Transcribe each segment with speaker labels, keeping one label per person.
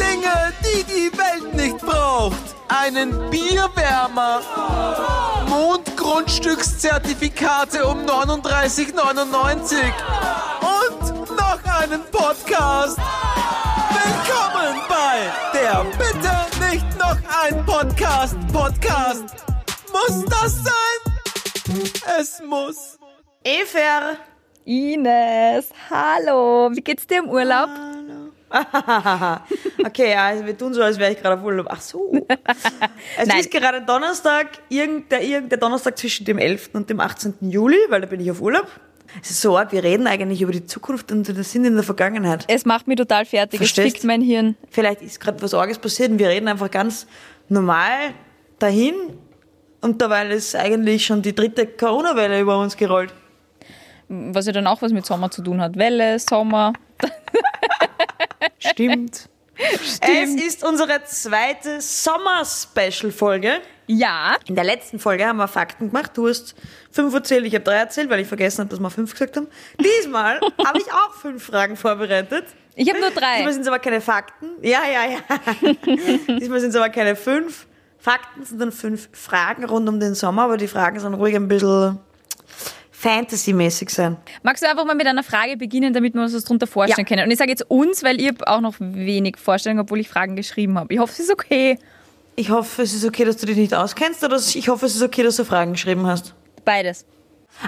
Speaker 1: Dinge, die die Welt nicht braucht. Einen Bierwärmer. Mondgrundstückszertifikate um 39,99. Und noch einen Podcast. Willkommen bei der Bitte nicht noch ein Podcast. Podcast. Muss das sein? Es muss.
Speaker 2: Efer.
Speaker 3: Ines, hallo, wie geht's dir im Urlaub?
Speaker 2: Ah. Okay, also wir tun so, als wäre ich gerade auf Urlaub. Ach so. Es
Speaker 3: Nein.
Speaker 2: ist gerade Donnerstag, irgendein, irgendein Donnerstag zwischen dem 11. und dem 18. Juli, weil da bin ich auf Urlaub. Es ist so arg, wir reden eigentlich über die Zukunft und wir sind in der Vergangenheit.
Speaker 3: Es macht mich total fertig, es
Speaker 2: Verstehst?
Speaker 3: fickt mein Hirn.
Speaker 2: Vielleicht ist gerade was Arges passiert und wir reden einfach ganz normal dahin. Und dabei ist eigentlich schon die dritte Corona-Welle über uns gerollt.
Speaker 3: Was ja dann auch was mit Sommer zu tun hat. Welle, Sommer.
Speaker 2: Stimmt. Es ist unsere zweite Sommer-Special-Folge.
Speaker 3: Ja,
Speaker 2: In der letzten Folge haben wir Fakten gemacht. Du hast fünf erzählt, ich habe drei erzählt, weil ich vergessen habe, dass wir fünf gesagt haben. Diesmal habe ich auch fünf Fragen vorbereitet.
Speaker 3: ich habe nur
Speaker 2: Diesmal
Speaker 3: drei.
Speaker 2: sind es aber keine Fakten. Ja, ja, ja. Diesmal sind es aber keine fünf Fakten, sondern fünf Fragen rund um den Sommer, aber die Fragen sollen ruhig ein bisschen Fantasy-mäßig sein.
Speaker 3: Magst du einfach mal mit einer Frage beginnen, damit wir uns was drunter vorstellen
Speaker 2: Ja.
Speaker 3: können? Und ich sage jetzt uns, weil ihr auch noch wenig Vorstellung, obwohl ich Fragen geschrieben habe. Ich hoffe, es ist okay.
Speaker 2: Ich hoffe, es ist okay, dass du dich nicht auskennst oder ich hoffe, es ist okay, dass du Fragen geschrieben hast.
Speaker 3: Beides.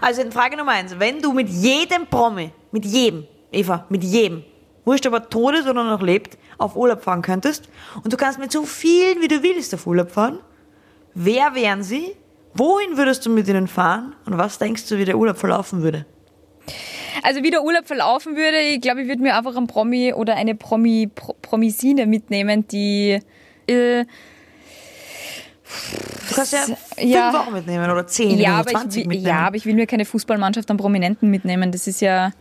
Speaker 2: Also in Frage Nummer eins, wenn du mit jedem Promi, mit jedem, Eva, mit jedem, wurscht ob er tot ist oder noch lebt, auf Urlaub fahren könntest und du kannst mit so vielen, wie du willst, auf Urlaub fahren, wer wären sie? Wohin würdest du mit ihnen fahren und was denkst du, wie der Urlaub verlaufen würde?
Speaker 3: Also wie der Urlaub verlaufen würde, ich glaube, ich würde mir einfach einen Promi oder eine Promi, Pro, Promisine mitnehmen, die... Äh,
Speaker 2: Du kannst ja fünf
Speaker 3: ja.
Speaker 2: Wochen mitnehmen oder zehn oder
Speaker 3: Ja, aber, ich,
Speaker 2: 20
Speaker 3: will-
Speaker 2: mitnehmen.
Speaker 3: ja, aber ich will mir keine Fußballmannschaft an Prominenten mitnehmen. Das ist ja,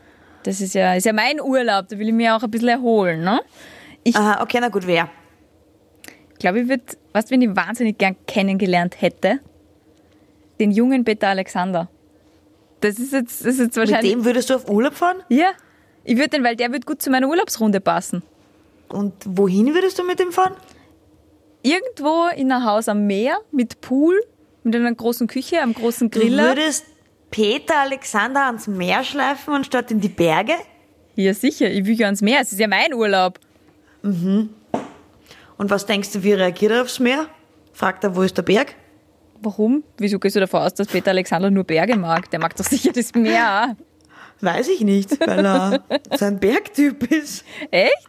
Speaker 3: das ist ja, ist ja mein Urlaub. Da will ich mir auch ein bisschen erholen, ne?
Speaker 2: Aha, okay, na gut, wer?
Speaker 3: Ich glaube, ich würde, weißt du, wen ich wahnsinnig gern kennengelernt hätte? Den jungen Peter Alexander. Das ist jetzt, das ist jetzt
Speaker 2: Mit
Speaker 3: wahrscheinlich.
Speaker 2: dem würdest du auf Urlaub fahren?
Speaker 3: Ja. Ich würde den, weil der wird gut zu meiner Urlaubsrunde passen.
Speaker 2: Und wohin würdest du mit dem fahren?
Speaker 3: Irgendwo in einem Haus am Meer mit Pool, mit einer großen Küche, einem großen Griller.
Speaker 2: Du würdest Peter Alexander ans Meer schleifen anstatt in die Berge?
Speaker 3: Ja, sicher. Ich will ja ans Meer. Es ist ja mein Urlaub.
Speaker 2: Und was denkst du, wie reagiert er aufs Meer? Fragt er, wo ist der Berg?
Speaker 3: Warum? Wieso gehst du davon aus, dass Peter Alexander nur Berge mag? Der mag doch sicher das Meer.
Speaker 2: Weiß ich nicht, weil er so ein Bergtyp ist.
Speaker 3: auch. Echt?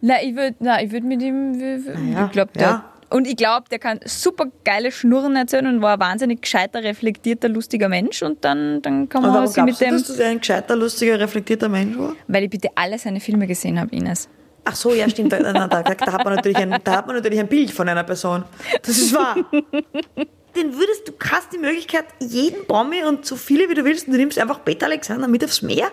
Speaker 3: Na, ich würde, na, ich würde mit ihm, w- w-
Speaker 2: ja,
Speaker 3: ich glaube, der,
Speaker 2: ja.
Speaker 3: und ich glaube, der kann super geile Schnurren erzählen und war ein wahnsinnig gescheiter, reflektierter, lustiger Mensch und dann, dann kann
Speaker 2: Und
Speaker 3: man
Speaker 2: warum
Speaker 3: sie
Speaker 2: glaubst
Speaker 3: mit
Speaker 2: du,
Speaker 3: dem,
Speaker 2: dass du ein gescheiter, lustiger, reflektierter Mensch war?
Speaker 3: weil ich bitte alle seine Filme gesehen habe, Ines.
Speaker 2: Ach so, ja, stimmt. Da, da, da, da, hat man natürlich ein, da hat man natürlich ein Bild von einer Person. Das ist wahr. Den würdest du hast die Möglichkeit, jeden Promi und so viele wie du willst, und du nimmst einfach Peter Alexander mit aufs Meer?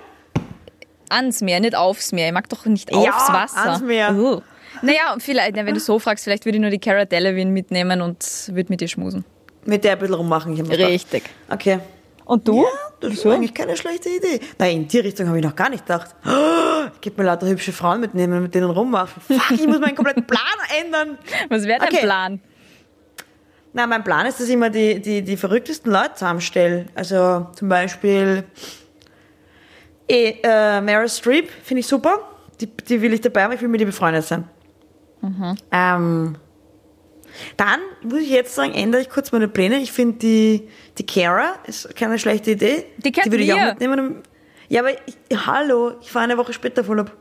Speaker 3: Ans Meer, nicht aufs Meer. Ich mag doch nicht
Speaker 2: Ja,
Speaker 3: aufs Wasser.
Speaker 2: ans Meer.
Speaker 3: Uh. Naja, vielleicht, na, wenn du so fragst, vielleicht würde ich nur die Cara Delevingne mitnehmen und würde mit dir schmusen.
Speaker 2: Mit der ein bisschen rummachen. Ich hab mir gedacht.
Speaker 3: Richtig.
Speaker 2: Okay.
Speaker 3: Und du?
Speaker 2: Ja, das ist eigentlich keine schlechte Idee. Nein, in die Richtung habe ich noch gar nicht gedacht. Oh, ich gebe mir lauter hübsche Frauen mitnehmen und mit denen rummachen. Fuck, ich muss meinen kompletten Plan ändern.
Speaker 3: Was wäre dein
Speaker 2: Okay.
Speaker 3: Plan?
Speaker 2: Nein, mein Plan ist, dass ich immer die, die, die verrücktesten Leute zusammenstelle. Also zum Beispiel eh, äh, Meryl Streep finde ich super. Die, die will ich dabei haben, ich will mit ihr befreundet sein.
Speaker 3: Mhm.
Speaker 2: Ähm, dann muss ich jetzt sagen, ändere ich kurz meine Pläne. Ich finde die, die Cara ist keine schlechte Idee.
Speaker 3: Die kennt
Speaker 2: die würde ich auch
Speaker 3: wir.
Speaker 2: mitnehmen. Ja, aber ich, hallo, ich fahre eine Woche später auf Urlaub.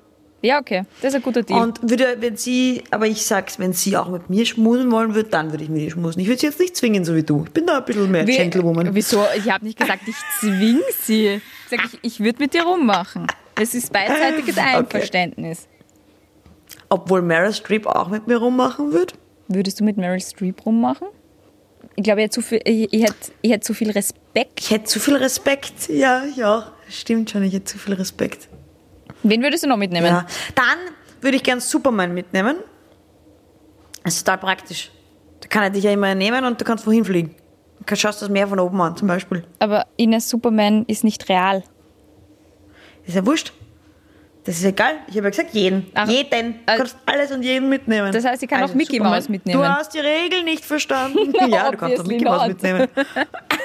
Speaker 3: Ja, okay. Das ist ein guter Deal.
Speaker 2: Und würde, wenn sie, aber ich sag's, wenn sie auch mit mir schmusen wollen würde, dann würde ich mit ihr schmusen. Ich würde sie jetzt nicht zwingen, so wie du. Ich bin da ein bisschen mehr
Speaker 3: Wie-
Speaker 2: Gentlewoman.
Speaker 3: Wieso? Ich habe nicht gesagt, ich zwing sie. Ich sag, ich, ich würde mit dir rummachen. Es ist beidseitiges Einverständnis.
Speaker 2: Obwohl Meryl Streep auch mit mir rummachen wird.
Speaker 3: Würdest du mit Meryl Streep rummachen? Ich glaube, ich hätte zu viel, ich, ich hätte, ich hätte zu viel Respekt.
Speaker 2: Ich hätte zu viel Respekt. Ja, ich auch. Stimmt schon, ich hätte zu viel Respekt.
Speaker 3: Wen würdest du noch mitnehmen?
Speaker 2: Ja. Dann würde ich gern Superman mitnehmen. Das ist total praktisch. Da kann er dich ja immer nehmen und du kannst wohin fliegen. Du kannst- schaust das Meer von oben an, zum Beispiel.
Speaker 3: Aber Ines Superman ist nicht real.
Speaker 2: Ist ja wurscht. Das ist egal. Ich habe ja gesagt, jeden.
Speaker 3: Ach,
Speaker 2: jeden. Du
Speaker 3: äh,
Speaker 2: kannst alles und jeden mitnehmen.
Speaker 3: Das heißt, ich kann auch Mickey
Speaker 2: Superman,
Speaker 3: Mouse mitnehmen.
Speaker 2: Du hast die Regel nicht verstanden. ja, du kannst auch
Speaker 3: Obviously
Speaker 2: Mickey Mouse
Speaker 3: not.
Speaker 2: mitnehmen.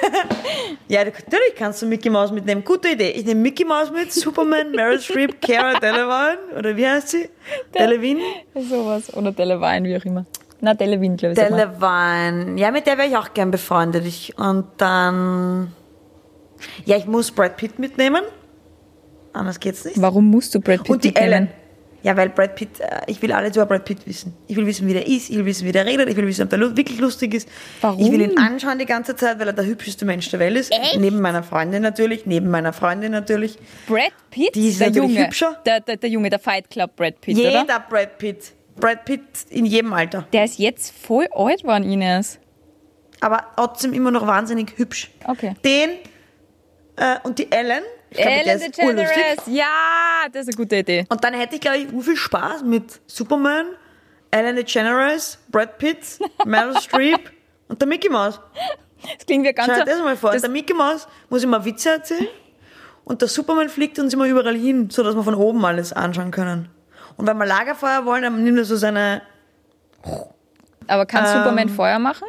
Speaker 2: ja, du, natürlich kannst du Mickey Mouse mitnehmen. Gute Idee. Ich nehme Mickey Mouse mit, Superman, Meryl Streep, Cara Delevingne, oder wie heißt sie? Delevingne?
Speaker 3: Sowas. Oder Televine, wie auch immer. Na, Televine, glaube ich. sagt man.
Speaker 2: Delevingne. Ja, mit der wäre ich auch gern befreundet. Ich, und dann... Ja, ich muss Brad Pitt mitnehmen. Anders geht's nicht.
Speaker 3: Warum musst du Brad Pitt
Speaker 2: Und die
Speaker 3: mitnehmen?
Speaker 2: Ellen. Ja, weil Brad Pitt, äh, ich will alles über Brad Pitt wissen. Ich will wissen, wie der ist, ich will wissen, wie der redet, ich will wissen, ob der lu- wirklich lustig ist.
Speaker 3: Warum?
Speaker 2: Ich will ihn anschauen die ganze Zeit, weil er der hübscheste Mensch der Welt ist. Neben meiner Freundin natürlich, neben meiner Freundin natürlich.
Speaker 3: Brad Pitt,
Speaker 2: Die ist
Speaker 3: der
Speaker 2: natürlich
Speaker 3: Junge.
Speaker 2: hübscher.
Speaker 3: Der, der, der Junge, der Fight Club Brad Pitt,
Speaker 2: Jeder
Speaker 3: oder?
Speaker 2: Brad Pitt. Brad Pitt in jedem Alter.
Speaker 3: Der ist jetzt voll alt geworden, Ines.
Speaker 2: Aber trotzdem immer noch wahnsinnig hübsch.
Speaker 3: Okay.
Speaker 2: Den äh, und die Ellen. Ich glaube, der
Speaker 3: Ellen
Speaker 2: ist urlustig.
Speaker 3: DeGeneres. Ja, das ist eine gute Idee.
Speaker 2: Und dann hätte ich, glaube ich, viel Spaß mit Superman, Ellen DeGeneres, Brad Pitt, Meryl Streep und der Mickey Mouse.
Speaker 3: Das klingt wie ein
Speaker 2: Schau
Speaker 3: ganzer...
Speaker 2: dir das mal vor.
Speaker 3: Also, Das-
Speaker 2: der Mickey Mouse muss immer Witze erzählen und der Superman fliegt uns immer überall hin, sodass wir von oben alles anschauen können. Und wenn wir Lagerfeuer wollen, dann nimmt er so seine...
Speaker 3: aber kann
Speaker 2: Ähm.
Speaker 3: Superman Feuer machen?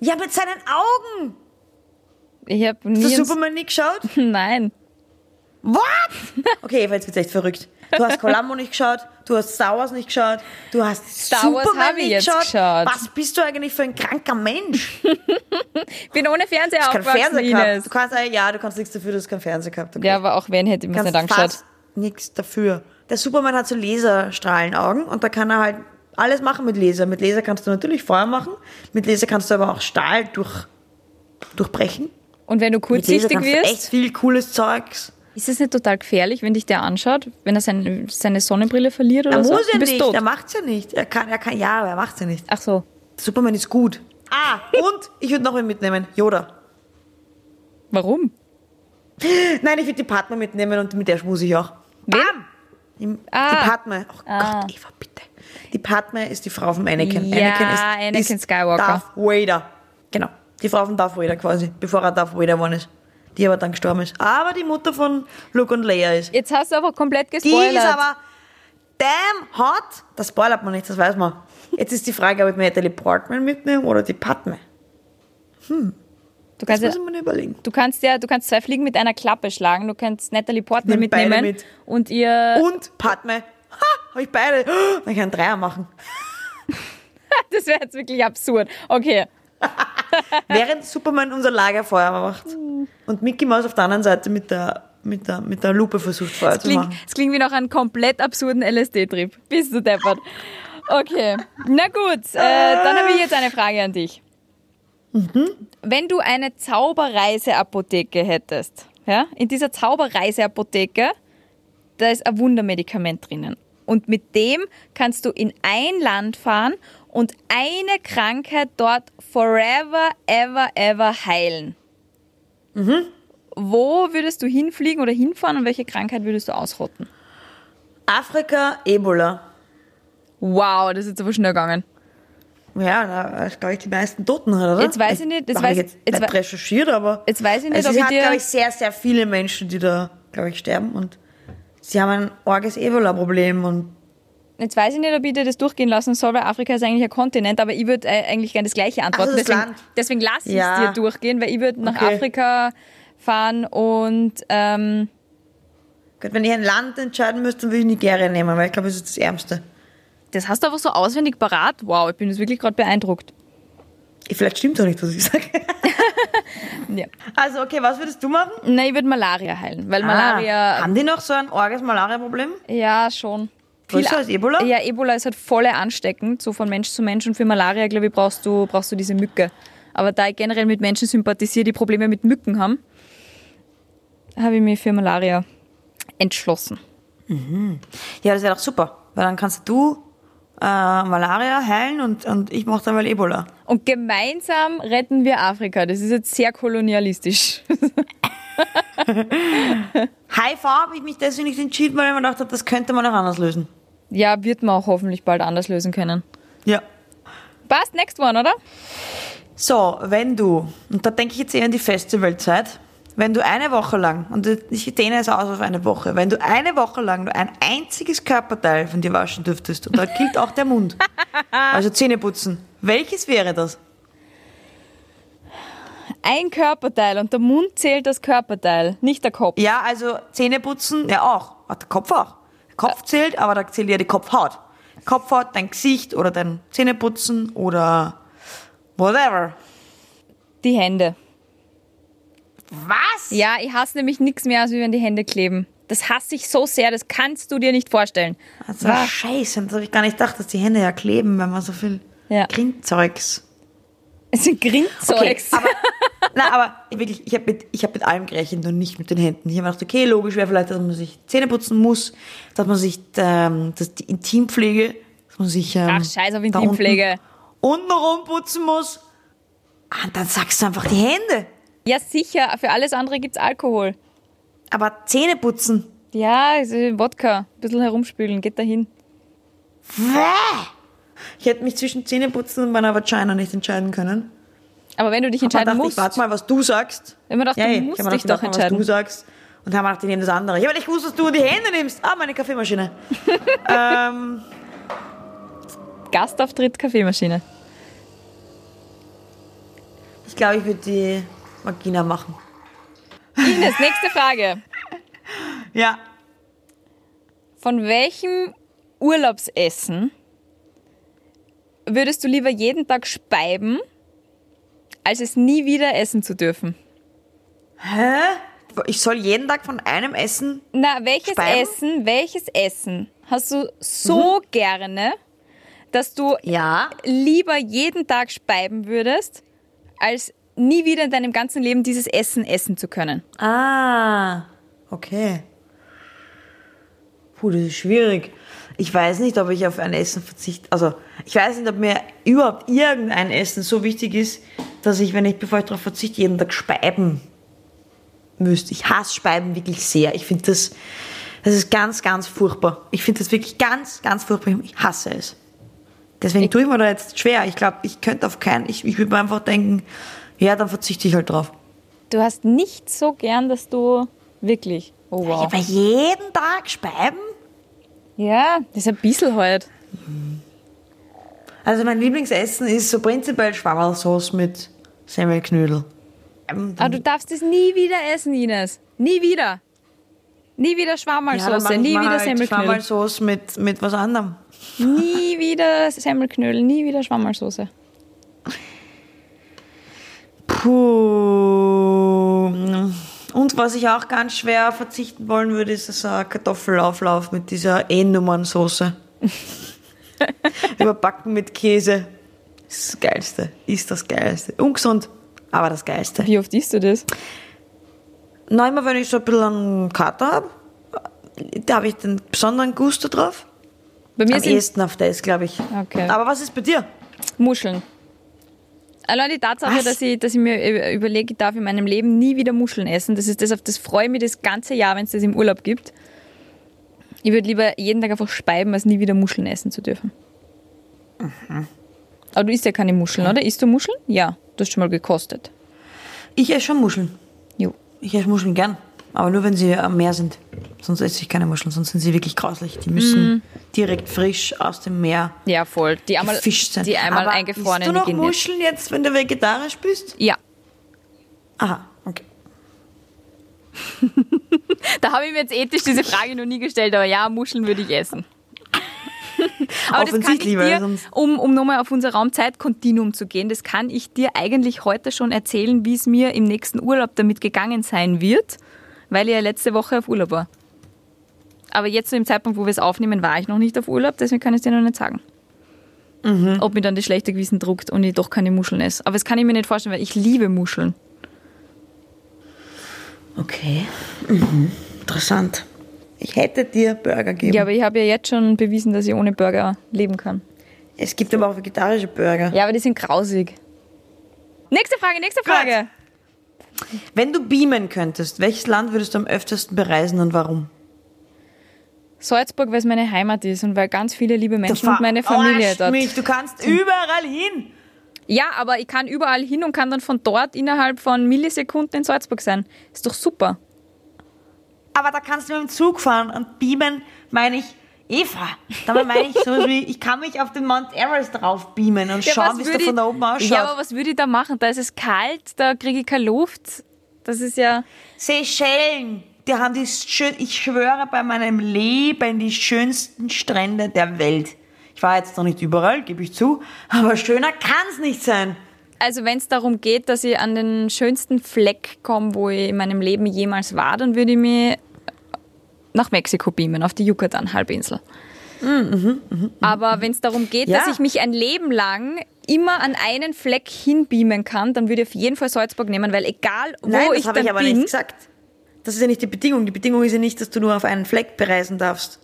Speaker 2: Ja, mit seinen Augen!
Speaker 3: Ich habe
Speaker 2: Hast
Speaker 3: nie...
Speaker 2: du
Speaker 3: ins-
Speaker 2: Superman nicht geschaut?
Speaker 3: Nein.
Speaker 2: What? Okay, Eva, jetzt wird's echt verrückt. Du hast Columbo nicht geschaut, du hast Star Wars nicht geschaut, du hast
Speaker 3: Star Wars
Speaker 2: Superman
Speaker 3: hab ich
Speaker 2: nicht
Speaker 3: jetzt
Speaker 2: geschaut.
Speaker 3: geschaut.
Speaker 2: Was bist du eigentlich für ein kranker Mensch?
Speaker 3: Ich bin ohne Fernseher
Speaker 2: keinen
Speaker 3: aufgewachsen,
Speaker 2: Fernseher gehabt. Du
Speaker 3: Ines.
Speaker 2: kannst, äh, ja, du kannst nichts dafür, dass du keinen Fernseher gehabt hast.
Speaker 3: Ja, aber auch wenn, hätte ich mir
Speaker 2: Du
Speaker 3: nicht
Speaker 2: kannst
Speaker 3: angeschaut.
Speaker 2: fast nichts dafür. Der Superman hat so Laserstrahlenaugen und da kann er halt alles machen mit Laser. Mit Laser kannst du natürlich Feuer machen, mit Laser kannst du aber auch Stahl durch, durchbrechen.
Speaker 3: Und wenn du
Speaker 2: Mit Laser
Speaker 3: kurzsichtig
Speaker 2: kannst du
Speaker 3: wirst...
Speaker 2: echt viel cooles Zeugs.
Speaker 3: Ist es nicht total gefährlich, wenn dich der anschaut, wenn er sein, seine Sonnenbrille verliert oder
Speaker 2: Er
Speaker 3: so?
Speaker 2: muss ja
Speaker 3: Also, du bist
Speaker 2: nicht,
Speaker 3: tot.
Speaker 2: er macht's ja nicht. Er kann, er kann, ja, aber er macht's ja nicht.
Speaker 3: Ach so.
Speaker 2: Superman ist gut. Ah, und ich würde noch wen mitnehmen. Yoda.
Speaker 3: Warum?
Speaker 2: Nein, ich würde die Padme mitnehmen und mit der schmuse ich auch.
Speaker 3: Wen?
Speaker 2: Die,
Speaker 3: Ah.
Speaker 2: die Padme. Oh Gott, Eva, bitte. Die Padme ist die Frau von Anakin.
Speaker 3: Ja,
Speaker 2: Anakin ist,
Speaker 3: Anakin
Speaker 2: ist
Speaker 3: Skywalker.
Speaker 2: Darth Vader. Genau. Die Frau von Darth Vader quasi, bevor er Darth Vader geworden ist. Die aber dann gestorben ist. Aber die Mutter von Luke und Leia ist.
Speaker 3: Jetzt hast du aber komplett
Speaker 2: Die
Speaker 3: gespoilert.
Speaker 2: ist aber damn hot. Das spoilert man nicht, das weiß man. Jetzt ist die Frage, ob ich mir Natalie Portman mitnehme oder die Padme.
Speaker 3: du,
Speaker 2: Das
Speaker 3: kannst ja,
Speaker 2: muss man überlegen.
Speaker 3: du kannst ja, du kannst zwei Fliegen mit einer Klappe schlagen. Du kannst Natalie Portman
Speaker 2: Nimm beide
Speaker 3: mitnehmen
Speaker 2: mit.
Speaker 3: und ihr.
Speaker 2: Und Padme. Ha, habe ich beide. Oh, Dann kann ich einen Dreier machen.
Speaker 3: Das wäre jetzt wirklich absurd. Okay.
Speaker 2: Während Superman unser Lagerfeuer macht
Speaker 3: Mm.
Speaker 2: und Mickey Mouse auf der anderen Seite mit der, mit der, mit der Lupe versucht Feuer
Speaker 3: Das
Speaker 2: zu
Speaker 3: klingt,
Speaker 2: machen.
Speaker 3: das klingt wie nach einem komplett absurden LSD-Trip. Bist du deppert. Okay. Na gut, äh, dann habe ich jetzt eine Frage an dich. Wenn du eine Zauberreiseapotheke hättest, ja, in dieser Zauberreiseapotheke, da ist ein Wundermedikament drinnen. Und mit dem kannst du in ein Land fahren und eine Krankheit dort forever, ever, ever heilen. Wo würdest du hinfliegen oder hinfahren und welche Krankheit würdest du ausrotten?
Speaker 2: Afrika, Ebola.
Speaker 3: Wow, das ist jetzt aber schnell gegangen.
Speaker 2: Ja, da ist, glaube ich, die meisten Toten, oder?
Speaker 3: Jetzt weiß ich nicht, jetzt
Speaker 2: hab ich
Speaker 3: weiß-
Speaker 2: jetzt,
Speaker 3: jetzt
Speaker 2: nicht
Speaker 3: wei-
Speaker 2: recherchiert, aber
Speaker 3: Jetzt weiß ich nicht,
Speaker 2: also
Speaker 3: ob
Speaker 2: es
Speaker 3: ich
Speaker 2: hat,
Speaker 3: dir-
Speaker 2: glaube ich, sehr, sehr viele Menschen, die da, glaube ich, sterben und sie haben ein arges Ebola-Problem und
Speaker 3: Jetzt weiß ich nicht, ob ich dir das durchgehen lassen soll, weil Afrika ist eigentlich ein Kontinent, aber ich würde äh, eigentlich gerne das gleiche antworten.
Speaker 2: das
Speaker 3: deswegen
Speaker 2: Land.
Speaker 3: deswegen lasse ich es
Speaker 2: Ja.
Speaker 3: dir durchgehen, weil ich würde nach
Speaker 2: Okay.
Speaker 3: Afrika fahren und ähm,
Speaker 2: Gott, wenn ich ein Land entscheiden müsste, dann würde ich Nigeria nehmen, weil ich glaube, es ist das Ärmste.
Speaker 3: das hast du einfach so auswendig parat. Wow, ich bin jetzt wirklich gerade beeindruckt.
Speaker 2: Vielleicht stimmt doch nicht, was ich sage.
Speaker 3: Ja.
Speaker 2: Also, okay, was würdest du machen?
Speaker 3: Na, ich würde Malaria heilen, weil Malaria,
Speaker 2: Ah, haben die noch so ein arges Malaria-Problem?
Speaker 3: ja schon.
Speaker 2: Größer als Ebola?
Speaker 3: Ja, Ebola ist halt volle ansteckend, so von Mensch zu Mensch. Und für Malaria, glaube ich, brauchst du, brauchst du diese Mücke. Aber da ich generell mit Menschen sympathisiere, die Probleme mit Mücken haben, habe ich mich für Malaria entschlossen.
Speaker 2: Ja, das wäre doch super, weil dann kannst du äh, Malaria heilen und, und ich mache dann mal Ebola.
Speaker 3: Und gemeinsam retten wir Afrika. Das ist jetzt sehr kolonialistisch.
Speaker 2: HIV habe ich mich deswegen nicht entschieden, weil ich mir gedacht habe, das könnte man auch anders lösen.
Speaker 3: ja, wird man auch hoffentlich bald anders lösen können.
Speaker 2: Ja.
Speaker 3: Passt, next one, oder?
Speaker 2: So, wenn du, und da denke ich jetzt eher an die Festivalzeit, Wenn du eine Woche lang, und ich dehne es aus auf eine Woche, wenn du eine Woche lang nur ein einziges Körperteil von dir waschen dürftest, und da gilt auch der Mund, also Zähne putzen, welches wäre das?
Speaker 3: Ein Körperteil und der Mund zählt das Körperteil, nicht der Kopf.
Speaker 2: Ja, also Zähne putzen, ja auch. Hat der Kopf auch. Der Kopf zählt, aber da zählt ja die Kopfhaut. Kopfhaut, dein Gesicht oder dein Zähneputzen oder whatever.
Speaker 3: Die Hände.
Speaker 2: Was?
Speaker 3: Ja, ich hasse nämlich nichts mehr, als wie wenn die Hände kleben. Das hasse ich so sehr, das kannst du dir nicht vorstellen.
Speaker 2: Also scheiße, das habe ich gar nicht gedacht, dass die Hände ja kleben, wenn man so viel
Speaker 3: Ja.
Speaker 2: Grindzeugs.
Speaker 3: Es sind Grindzeugs.
Speaker 2: aber, na, aber wirklich, ich habe mit, ich hab mit allem gerechnet und nicht mit den Händen. Ich habe mir gedacht, okay, logisch wäre vielleicht, dass man sich Zähne putzen muss, dass man sich ähm, dass die Intimpflege, dass man sich ähm,
Speaker 3: Ach, scheiß
Speaker 2: da
Speaker 3: auf Intimpflege.
Speaker 2: unten, unten rumputzen muss. Ah, und dann sagst du einfach die Hände.
Speaker 3: Ja, sicher, für alles andere gibt's Alkohol.
Speaker 2: Aber Zähne putzen.
Speaker 3: Ja, also Wodka, ein bisschen herumspülen, geht dahin.
Speaker 2: Bäh. Ich hätte mich zwischen Zähneputzen und meiner Vagina nicht entscheiden können.
Speaker 3: Aber wenn du dich
Speaker 2: Hab mir
Speaker 3: entscheiden
Speaker 2: gedacht,
Speaker 3: musst,
Speaker 2: Ich warte mal, was du sagst.
Speaker 3: Wenn man dachte, du
Speaker 2: ich
Speaker 3: musst
Speaker 2: hab mir
Speaker 3: dich
Speaker 2: gedacht,
Speaker 3: doch
Speaker 2: warte mal,
Speaker 3: entscheiden.
Speaker 2: Was du sagst. Und dann haben wir gedacht, ich nehme das andere. Ja, weil ich wusste, dass du die Hände nimmst. Ah, meine Kaffeemaschine. ähm,
Speaker 3: Gastauftritt, Kaffeemaschine.
Speaker 2: ich glaube, ich würde die Vagina machen.
Speaker 3: Ines, nächste Frage.
Speaker 2: Ja.
Speaker 3: Von welchem Urlaubsessen würdest du lieber jeden Tag speiben, als es nie wieder essen zu dürfen?
Speaker 2: Hä? Ich soll jeden Tag von einem essen?
Speaker 3: Na, welches
Speaker 2: Speiben?
Speaker 3: Essen, welches Essen hast du so gerne, dass du
Speaker 2: Mhm. Ja.
Speaker 3: lieber jeden Tag speiben würdest, als nie wieder in deinem ganzen Leben dieses Essen essen zu können?
Speaker 2: Ah, okay. Puh, das ist schwierig. Ich weiß nicht, ob ich auf ein Essen verzichte. Also, ich weiß nicht, ob mir überhaupt irgendein Essen so wichtig ist, dass ich, wenn ich, bevor ich darauf verzichte, jeden Tag speiben müsste. Ich hasse Speiben wirklich sehr. Ich finde das, das ist ganz, ganz furchtbar. Ich finde das wirklich ganz, ganz furchtbar. Ich hasse es. Deswegen tue ich mir da jetzt schwer. Ich glaube, ich könnte auf keinen, ich, ich würde mir einfach denken, ja, dann verzichte ich halt drauf.
Speaker 3: Du hast nicht so gern, dass du wirklich. Oh
Speaker 2: Ja,
Speaker 3: wow.
Speaker 2: aber jeden Tag Speiben?
Speaker 3: Ja, das ist ein bisschen halt. heute.
Speaker 2: Also mein Lieblingsessen ist so prinzipiell Schwammerlsauce mit Semmelknödel. Ähm,
Speaker 3: Aber du darfst es nie wieder essen, Ines. Nie wieder. Nie wieder
Speaker 2: ja, dann
Speaker 3: Schwammalsoße,
Speaker 2: mach ich
Speaker 3: nie
Speaker 2: mal
Speaker 3: wieder
Speaker 2: halt
Speaker 3: Semmelknödel.
Speaker 2: Schwammerlsauce mit, mit was anderem.
Speaker 3: Nie wieder Semmelknödel, nie wieder Schwammalsoße.
Speaker 2: Puh. Und was ich auch ganz schwer verzichten wollen würde, ist so ein Kartoffelauflauf mit dieser E-Nummernsoße. Überbacken mit Käse. Das ist das Geilste. Ist das Geilste. Ungesund, aber das Geilste.
Speaker 3: Wie oft isst du das?
Speaker 2: Nein, immer wenn ich so ein bisschen einen Kater habe, da habe ich den besonderen Gusto drauf.
Speaker 3: Bei mir
Speaker 2: Am
Speaker 3: sind
Speaker 2: ehesten auf das, glaube ich.
Speaker 3: Okay.
Speaker 2: Aber was ist bei dir?
Speaker 3: Muscheln. Allein die Tatsache,
Speaker 2: Was?
Speaker 3: dass ich, dass ich mir ü- überlege, ich darf in meinem Leben nie wieder Muscheln essen, das ist das, auf das freue ich mich das ganze Jahr, wenn es das im Urlaub gibt. Ich würde lieber jeden Tag einfach speiben, als nie wieder Muscheln essen zu dürfen.
Speaker 2: Mhm.
Speaker 3: Aber du isst ja keine Muscheln, oder? Isst du Muscheln? Ja, du hast schon mal gekostet.
Speaker 2: Ich esse schon Muscheln.
Speaker 3: Jo.
Speaker 2: Ich esse Muscheln gern. Aber nur, wenn sie am Meer sind. Sonst esse ich keine Muscheln, sonst sind sie wirklich grauslich. Die müssen
Speaker 3: Mhm.
Speaker 2: direkt frisch aus dem Meer
Speaker 3: Ja, voll. Die einmal,
Speaker 2: gefischt sein.
Speaker 3: die einmal
Speaker 2: Aber
Speaker 3: eingefrorenen
Speaker 2: Isst du noch
Speaker 3: die gehen nicht.
Speaker 2: Muscheln jetzt, wenn du vegetarisch bist?
Speaker 3: Ja,
Speaker 2: Aha, okay.
Speaker 3: da habe ich mir jetzt ethisch diese Frage noch nie gestellt, aber ja, Muscheln würde ich essen. Aber das kann ich
Speaker 2: Offensichtlich, weil
Speaker 3: dir,
Speaker 2: sonst-
Speaker 3: um, um nochmal auf unser Raumzeitkontinuum zu gehen, das kann ich dir eigentlich heute schon erzählen, wie es mir im nächsten Urlaub damit gegangen sein wird, weil ich ja letzte Woche auf Urlaub war. Aber jetzt zu dem Zeitpunkt, wo wir es aufnehmen, war ich noch nicht auf Urlaub, deswegen kann ich es dir noch nicht sagen.
Speaker 2: Mhm.
Speaker 3: Ob mir dann das schlechte Gewissen druckt und ich doch keine Muscheln esse. Aber das kann ich mir nicht vorstellen, weil ich liebe Muscheln.
Speaker 2: Okay. Mhm. Interessant. Ich hätte dir Burger gegeben.
Speaker 3: Ja, aber ich habe ja jetzt schon bewiesen, dass ich ohne Burger leben kann.
Speaker 2: es gibt aber auch vegetarische Burger.
Speaker 3: Ja, aber die sind grausig. Nächste Frage, nächste
Speaker 2: Gut.
Speaker 3: Frage.
Speaker 2: Wenn du beamen könntest, welches Land würdest du am öftesten bereisen und warum?
Speaker 3: Salzburg, weil es meine Heimat ist und weil ganz viele liebe Menschen
Speaker 2: Ver-
Speaker 3: und meine Familie
Speaker 2: Verarsch
Speaker 3: dort.
Speaker 2: mich, du kannst überall hin.
Speaker 3: Ja, aber ich kann überall hin und kann dann von dort innerhalb von Millisekunden in Salzburg sein. Ist doch super.
Speaker 2: Aber da kannst du mit dem Zug fahren und beamen, meine ich, Eva. Dabei meine ich so wie, ich kann mich auf den Mount Everest drauf beamen und
Speaker 3: was
Speaker 2: schauen, wie es da
Speaker 3: würd
Speaker 2: von da
Speaker 3: ich-
Speaker 2: oben ausschaut.
Speaker 3: Ja, aber was würde ich da machen? Da ist es kalt, da kriege ich keine Luft. Das ist ja.
Speaker 2: Seychellen, die haben die schön, ich schwöre bei meinem Leben die schönsten Strände der Welt. Ich war jetzt noch nicht überall, gebe ich zu, aber schöner kann's nicht sein.
Speaker 3: Also wenn es darum geht, dass ich an den schönsten Fleck komme, wo ich in meinem Leben jemals war, dann würde ich mich nach Mexiko beamen, auf die Yucatan-Halbinsel. Aber wenn es darum geht,
Speaker 2: Ja.
Speaker 3: dass ich mich ein Leben lang immer an einen Fleck hinbeamen kann, dann würde ich auf jeden Fall Salzburg nehmen, weil egal wo
Speaker 2: Nein,
Speaker 3: ich
Speaker 2: das habe
Speaker 3: dann
Speaker 2: ich aber
Speaker 3: bin,
Speaker 2: nicht gesagt. Das ist ja nicht die Bedingung. Die Bedingung ist ja nicht, dass du nur auf einen Fleck bereisen darfst.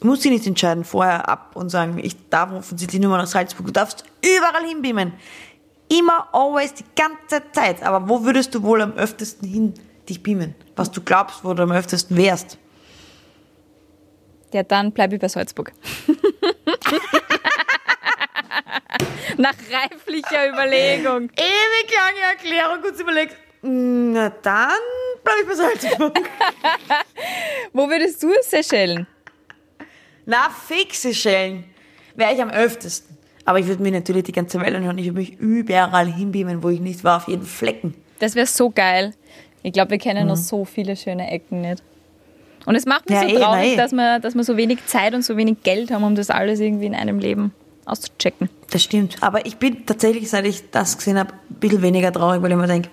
Speaker 2: Du musst dich nicht entscheiden vorher ab und sagen, ich darf offensichtlich nur mal nach Salzburg. Du darfst überall hinbeamen. Immer, always, die ganze Zeit. Aber wo würdest du wohl am öftesten hin dich beamen? Was du glaubst, wo du am öftesten wärst?
Speaker 3: ja dann bleibe ich bei Salzburg. nach reiflicher Überlegung.
Speaker 2: ewig lange Erklärung kurz überlegt. Na dann bleibe ich bei Salzburg.
Speaker 3: Wo würdest du es Seychellen?
Speaker 2: Na, fixe Schellen. Wäre ich am öftesten. Aber ich würde mir natürlich die ganze Welt anschauen. Ich würde mich überall hinbeamen, wo ich nicht war, auf jeden Flecken.
Speaker 3: Das wäre so geil. Ich glaube, wir kennen noch so viele schöne Ecken nicht. Und es macht mich
Speaker 2: Ja,
Speaker 3: so
Speaker 2: eh, na
Speaker 3: traurig,
Speaker 2: eh.
Speaker 3: dass, wir, dass wir so wenig Zeit und so wenig Geld haben, um das alles irgendwie in einem Leben auszuchecken.
Speaker 2: Das stimmt. Aber ich bin tatsächlich, seit ich das gesehen habe, ein bisschen weniger traurig, weil ich mir denke,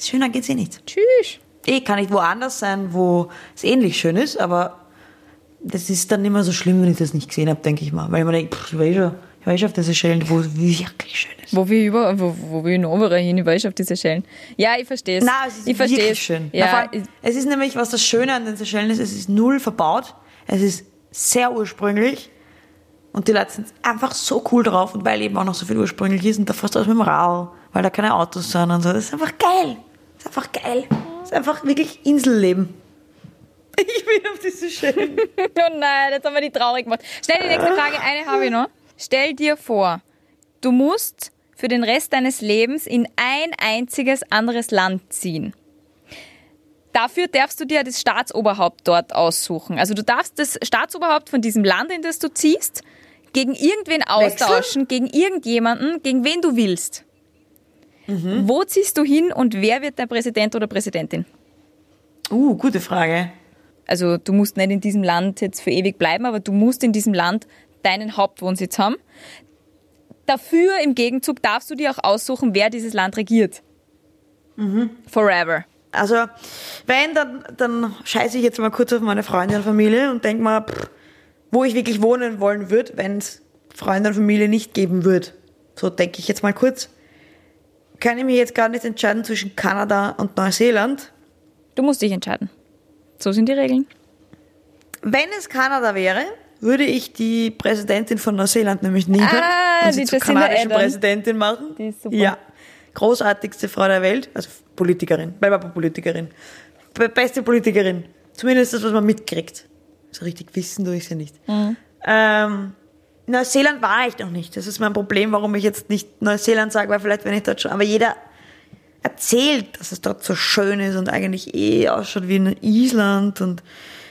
Speaker 2: schöner geht's eh nicht.
Speaker 3: Tschüss.
Speaker 2: Eh, kann ich woanders sein, wo es ähnlich schön ist, aber das ist dann nicht mehr so schlimm, wenn ich das nicht gesehen habe, denke ich mal. Weil ich mir denke, pff, ich war eh schon, ich war eh schon auf dieser Schellen, wo es wirklich schön ist.
Speaker 3: Wo wir über, wo, wo wir in Obera hin, ich weiß auf diese Schellen. Ja, ich verstehe es.
Speaker 2: Na, es ist
Speaker 3: ich versteh's.
Speaker 2: wirklich schön. Na, vor
Speaker 3: Ja,
Speaker 2: allem, es ist nämlich, was das Schöne an den Seychellen ist, es ist null verbaut, es ist sehr ursprünglich und die Leute sind einfach so cool drauf und weil eben auch noch so viel ursprünglich ist und da fährst du aus mit dem Rad, weil da keine Autos sind und so. Das ist einfach geil. Das ist einfach geil. Das ist einfach wirklich Inselleben. Ich bin auf die Seychellen.
Speaker 3: Oh nein, jetzt haben wir die traurig gemacht. Schnell die nächste Frage, eine habe ich noch. Stell dir vor, du musst für den Rest deines Lebens in ein einziges anderes Land ziehen. Dafür darfst du dir das Staatsoberhaupt dort aussuchen. Also du darfst das Staatsoberhaupt von diesem Land, in das du ziehst, gegen irgendwen austauschen, gegen irgendjemanden, gegen wen du willst. Wo ziehst du hin und wer wird dein Präsident oder Präsidentin?
Speaker 2: Uh, gute Frage.
Speaker 3: also du musst nicht in diesem Land jetzt für ewig bleiben, aber du musst in diesem Land deinen Hauptwohnsitz haben. Dafür im Gegenzug darfst du dir auch aussuchen, wer dieses Land regiert. Forever.
Speaker 2: Also, wenn, dann, dann scheiße ich jetzt mal kurz auf meine Freunde und Familie und denke mal, pff, wo ich wirklich wohnen wollen würde, wenn es Freunde und Familie nicht geben wird. So denke ich jetzt mal kurz. Kann ich mich jetzt gar nicht entscheiden zwischen Kanada und Neuseeland.
Speaker 3: Du musst dich entscheiden. So sind die Regeln.
Speaker 2: Wenn es Kanada wäre, würde ich die Präsidentin von Neuseeland nämlich nehmen
Speaker 3: Ah,
Speaker 2: und sie
Speaker 3: die
Speaker 2: zur
Speaker 3: Jacinda
Speaker 2: kanadischen
Speaker 3: Ardern.
Speaker 2: Präsidentin machen.
Speaker 3: Die ist super.
Speaker 2: Ja, großartigste Frau der Welt, also Politikerin, bleib aber Politikerin, Be- beste Politikerin. Zumindest das, was man mitkriegt. So richtig wissen tue ich ja nicht.
Speaker 3: Mhm.
Speaker 2: Ähm, Neuseeland war ich noch nicht. Das ist mein Problem, warum ich jetzt nicht Neuseeland sage, weil vielleicht wenn ich dort schon. Aber jeder erzählt, dass es dort so schön ist und eigentlich eh ausschaut wie in Island und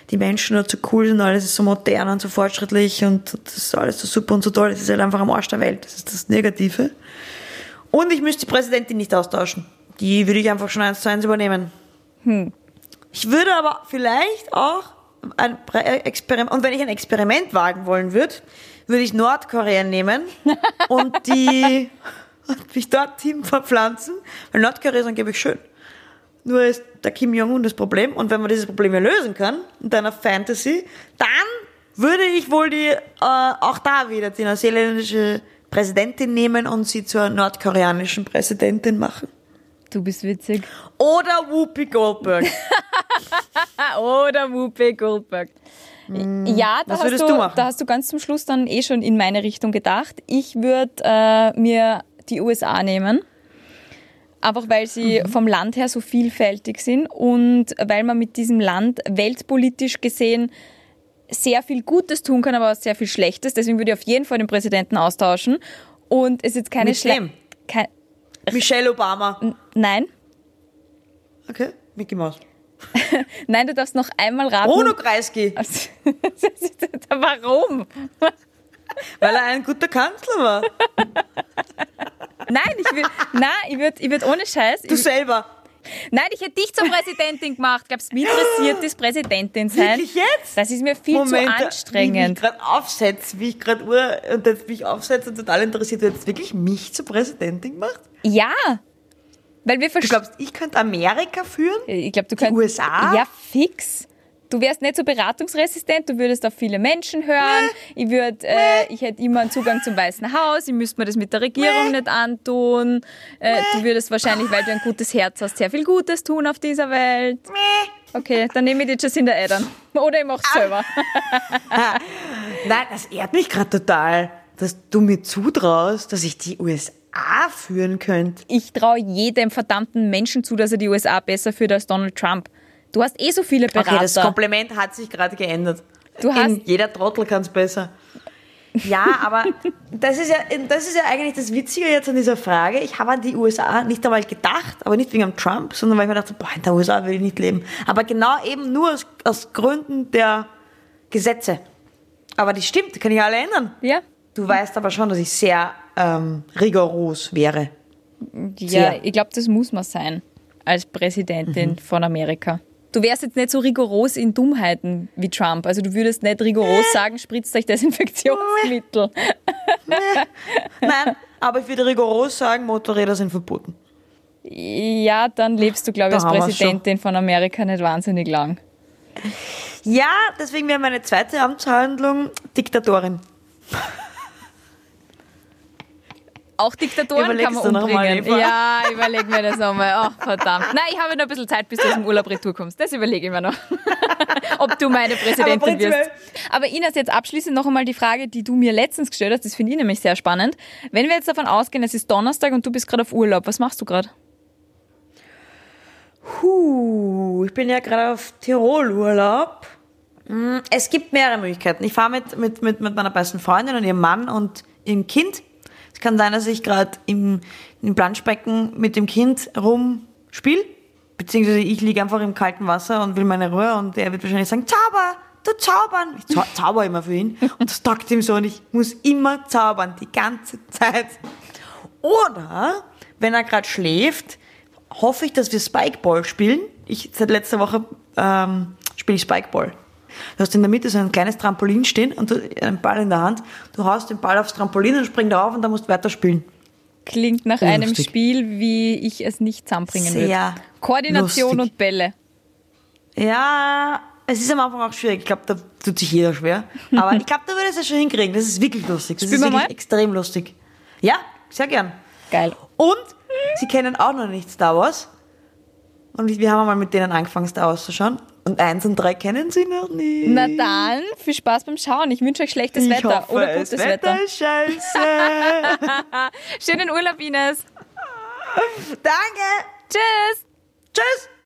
Speaker 2: die Menschen dort so cool sind, alles ist so modern und so fortschrittlich und das ist alles so super und so toll. Es ist halt einfach am Arsch der Welt. Das ist das Negative. Und ich müsste die Präsidentin nicht austauschen. Die würde ich einfach schon eins zu eins übernehmen. Ich würde aber vielleicht auch ein Pre- Experiment, und wenn ich ein Experiment wagen wollen würde, würde ich Nordkorea nehmen und die, und mich dorthin verpflanzen, weil Nordkorea ist angeblich schön. Nur ist der Kim Jong-un das Problem und wenn man dieses Problem ja lösen kann, in deiner Fantasy, dann würde ich wohl die, äh, auch da wieder die neuseeländische Präsidentin nehmen und sie zur nordkoreanischen Präsidentin machen.
Speaker 3: Du bist witzig.
Speaker 2: Oder Whoopi Goldberg.
Speaker 3: Ah, oder Whoopi Goldberg. Ja, da
Speaker 2: Hm, was
Speaker 3: hast,
Speaker 2: würdest
Speaker 3: du,
Speaker 2: du machen?
Speaker 3: da hast du ganz zum Schluss dann eh schon in meine Richtung gedacht. Ich würde äh, mir die USA nehmen. Einfach weil
Speaker 2: Mhm.
Speaker 3: sie vom Land her so vielfältig sind und weil man mit diesem Land weltpolitisch gesehen sehr viel Gutes tun kann, aber auch sehr viel Schlechtes. Deswegen würde ich auf jeden Fall den Präsidenten austauschen. Und es ist keine
Speaker 2: Mit
Speaker 3: Schla-
Speaker 2: wem?
Speaker 3: Kein,
Speaker 2: Michelle Obama.
Speaker 3: nein.
Speaker 2: Okay, Mickey Mouse.
Speaker 3: Nein, du darfst noch einmal raten.
Speaker 2: Bruno Kreisky,
Speaker 3: Warum?
Speaker 2: weil er ein guter Kanzler war.
Speaker 3: Nein, ich will. Na, ich würde ich würd ohne Scheiß.
Speaker 2: Du
Speaker 3: Ich,
Speaker 2: selber.
Speaker 3: nein, ich hätte dich zur Präsidentin gemacht. Glaubst du, mich interessiert das Präsidentin sein?
Speaker 2: Wirklich jetzt?
Speaker 3: Das ist mir viel zu
Speaker 2: Wie ich
Speaker 3: anstrengend.
Speaker 2: gerade aufsetze, wie ich gerade ur und jetzt mich aufsetze und total interessiert, wird jetzt wirklich mich zur Präsidentin gemacht?
Speaker 3: Ja. Weil wir
Speaker 2: Du
Speaker 3: verstehen.
Speaker 2: glaubst, ich könnte Amerika führen?
Speaker 3: Ich glaube, du könntest.
Speaker 2: USA?
Speaker 3: Ja, fix. Du wärst nicht so beratungsresistent, du würdest auf viele Menschen hören. Ich, würd, äh, ich hätte immer einen Zugang zum Weißen Haus, ich müsste mir das mit der Regierung nicht antun. Äh, du würdest wahrscheinlich, weil du ein gutes Herz hast, sehr viel Gutes tun auf dieser Welt. Okay, dann nehme ich die Jacinda Ardern. Oder ich mach's selber.
Speaker 2: Nein, das ehrt mich gerade total, dass du mir zutraust, dass ich die USA führen könnte.
Speaker 3: Ich traue jedem verdammten Menschen zu, dass er die USA besser führt als Donald Trump. Du hast eh so viele Berater.
Speaker 2: Okay, das Kompliment hat sich gerade geändert.
Speaker 3: Du
Speaker 2: In
Speaker 3: hast-
Speaker 2: jeder Trottel kann es besser. Ja, aber das ist ja, das ist ja eigentlich das Witzige jetzt an dieser Frage. Ich habe an die USA nicht einmal gedacht, aber nicht wegen am Trump, sondern weil ich mir dachte, boah, in der USA will ich nicht leben. Aber genau eben nur aus, aus Gründen der Gesetze. Aber die stimmt, kann ich alle ändern.
Speaker 3: ja?
Speaker 2: Du weißt aber schon, dass ich sehr ähm, rigoros wäre.
Speaker 3: Ja,
Speaker 2: Sehr.
Speaker 3: ich glaube, das muss man sein als
Speaker 2: Mhm.
Speaker 3: Präsidentin von Amerika. Du wärst jetzt nicht so rigoros in Dummheiten wie Trump. Also du würdest nicht
Speaker 2: Äh.
Speaker 3: rigoros sagen, spritzt euch Desinfektionsmittel.
Speaker 2: Nein, aber ich würde rigoros sagen, Motorräder sind verboten.
Speaker 3: Ja, dann lebst du, glaube ich,
Speaker 2: Äh. Da
Speaker 3: als
Speaker 2: haben wir's
Speaker 3: Präsidentin von Amerika nicht wahnsinnig lang.
Speaker 2: Ja, deswegen wäre meine zweite Amtshandlung Diktatorin.
Speaker 3: Auch Diktatoren
Speaker 2: Überlegst du
Speaker 3: kann man
Speaker 2: noch mal,
Speaker 3: umbringen.
Speaker 2: Eva?
Speaker 3: ja, überleg mir das nochmal. Oh, verdammt. Nein, ich habe noch ein bisschen Zeit, bis du aus dem Urlaub retour kommst. Das überlege ich mir noch. Ob du meine
Speaker 2: Aber
Speaker 3: Präsidentin
Speaker 2: prinzipiell-
Speaker 3: wirst. Aber Ines, jetzt abschließend noch einmal die Frage, die du mir letztens gestellt hast. Das finde ich nämlich sehr spannend. Wenn wir jetzt davon ausgehen, es ist Donnerstag und du bist gerade auf Urlaub, was machst du gerade?
Speaker 2: Puh, ich bin ja gerade auf Tirolurlaub. Mm, Es gibt mehrere Möglichkeiten. Ich fahre mit, mit, mit, mit meiner besten Freundin und ihrem Mann und ihrem Kind. Es kann sein, dass ich gerade im, im Planschbecken mit dem Kind rumspiele. Beziehungsweise ich liege einfach im kalten Wasser und will meine Ruhe und er wird wahrscheinlich sagen, Zauber, du zaubern. Ich zau zauber immer für ihn und das taugt ihm so und ich muss immer zaubern, die ganze Zeit. Oder wenn er gerade schläft, hoffe ich, dass wir Spikeball spielen. Ich seit letzter Woche ähm, spiele ich Spikeball. Du hast in der Mitte so ein kleines Trampolin stehen und du, einen Ball in der Hand. Du haust den Ball aufs Trampolin und springst drauf und dann musst du weiter spielen.
Speaker 3: Klingt nach einem
Speaker 2: Oh, Lustig.
Speaker 3: Spiel, wie ich es nicht zusammenbringen
Speaker 2: Sehr
Speaker 3: würde. Koordination
Speaker 2: lustig.
Speaker 3: und Bälle.
Speaker 2: Ja, es ist am Anfang auch schwierig. Ich glaube, da tut sich jeder schwer. Aber ich glaube, da würde es ja schon hinkriegen. Das ist wirklich lustig. Das
Speaker 3: Spielen
Speaker 2: ist
Speaker 3: wir
Speaker 2: wirklich
Speaker 3: mal?
Speaker 2: extrem lustig. Ja, sehr gern.
Speaker 3: Geil.
Speaker 2: Und sie kennen auch noch nicht Star Wars. Und ich- wir haben mal mit denen angefangen, Star Wars zu schauen. Und eins und drei kennen sie noch nicht.
Speaker 3: Na dann, viel Spaß beim Schauen. Ich wünsche euch schlechtes
Speaker 2: ich
Speaker 3: Wetter
Speaker 2: hoffe,
Speaker 3: oder gutes
Speaker 2: das Wetter ist scheiße.
Speaker 3: Schönen Urlaub, Ines.
Speaker 2: Danke.
Speaker 3: Tschüss.
Speaker 2: Tschüss.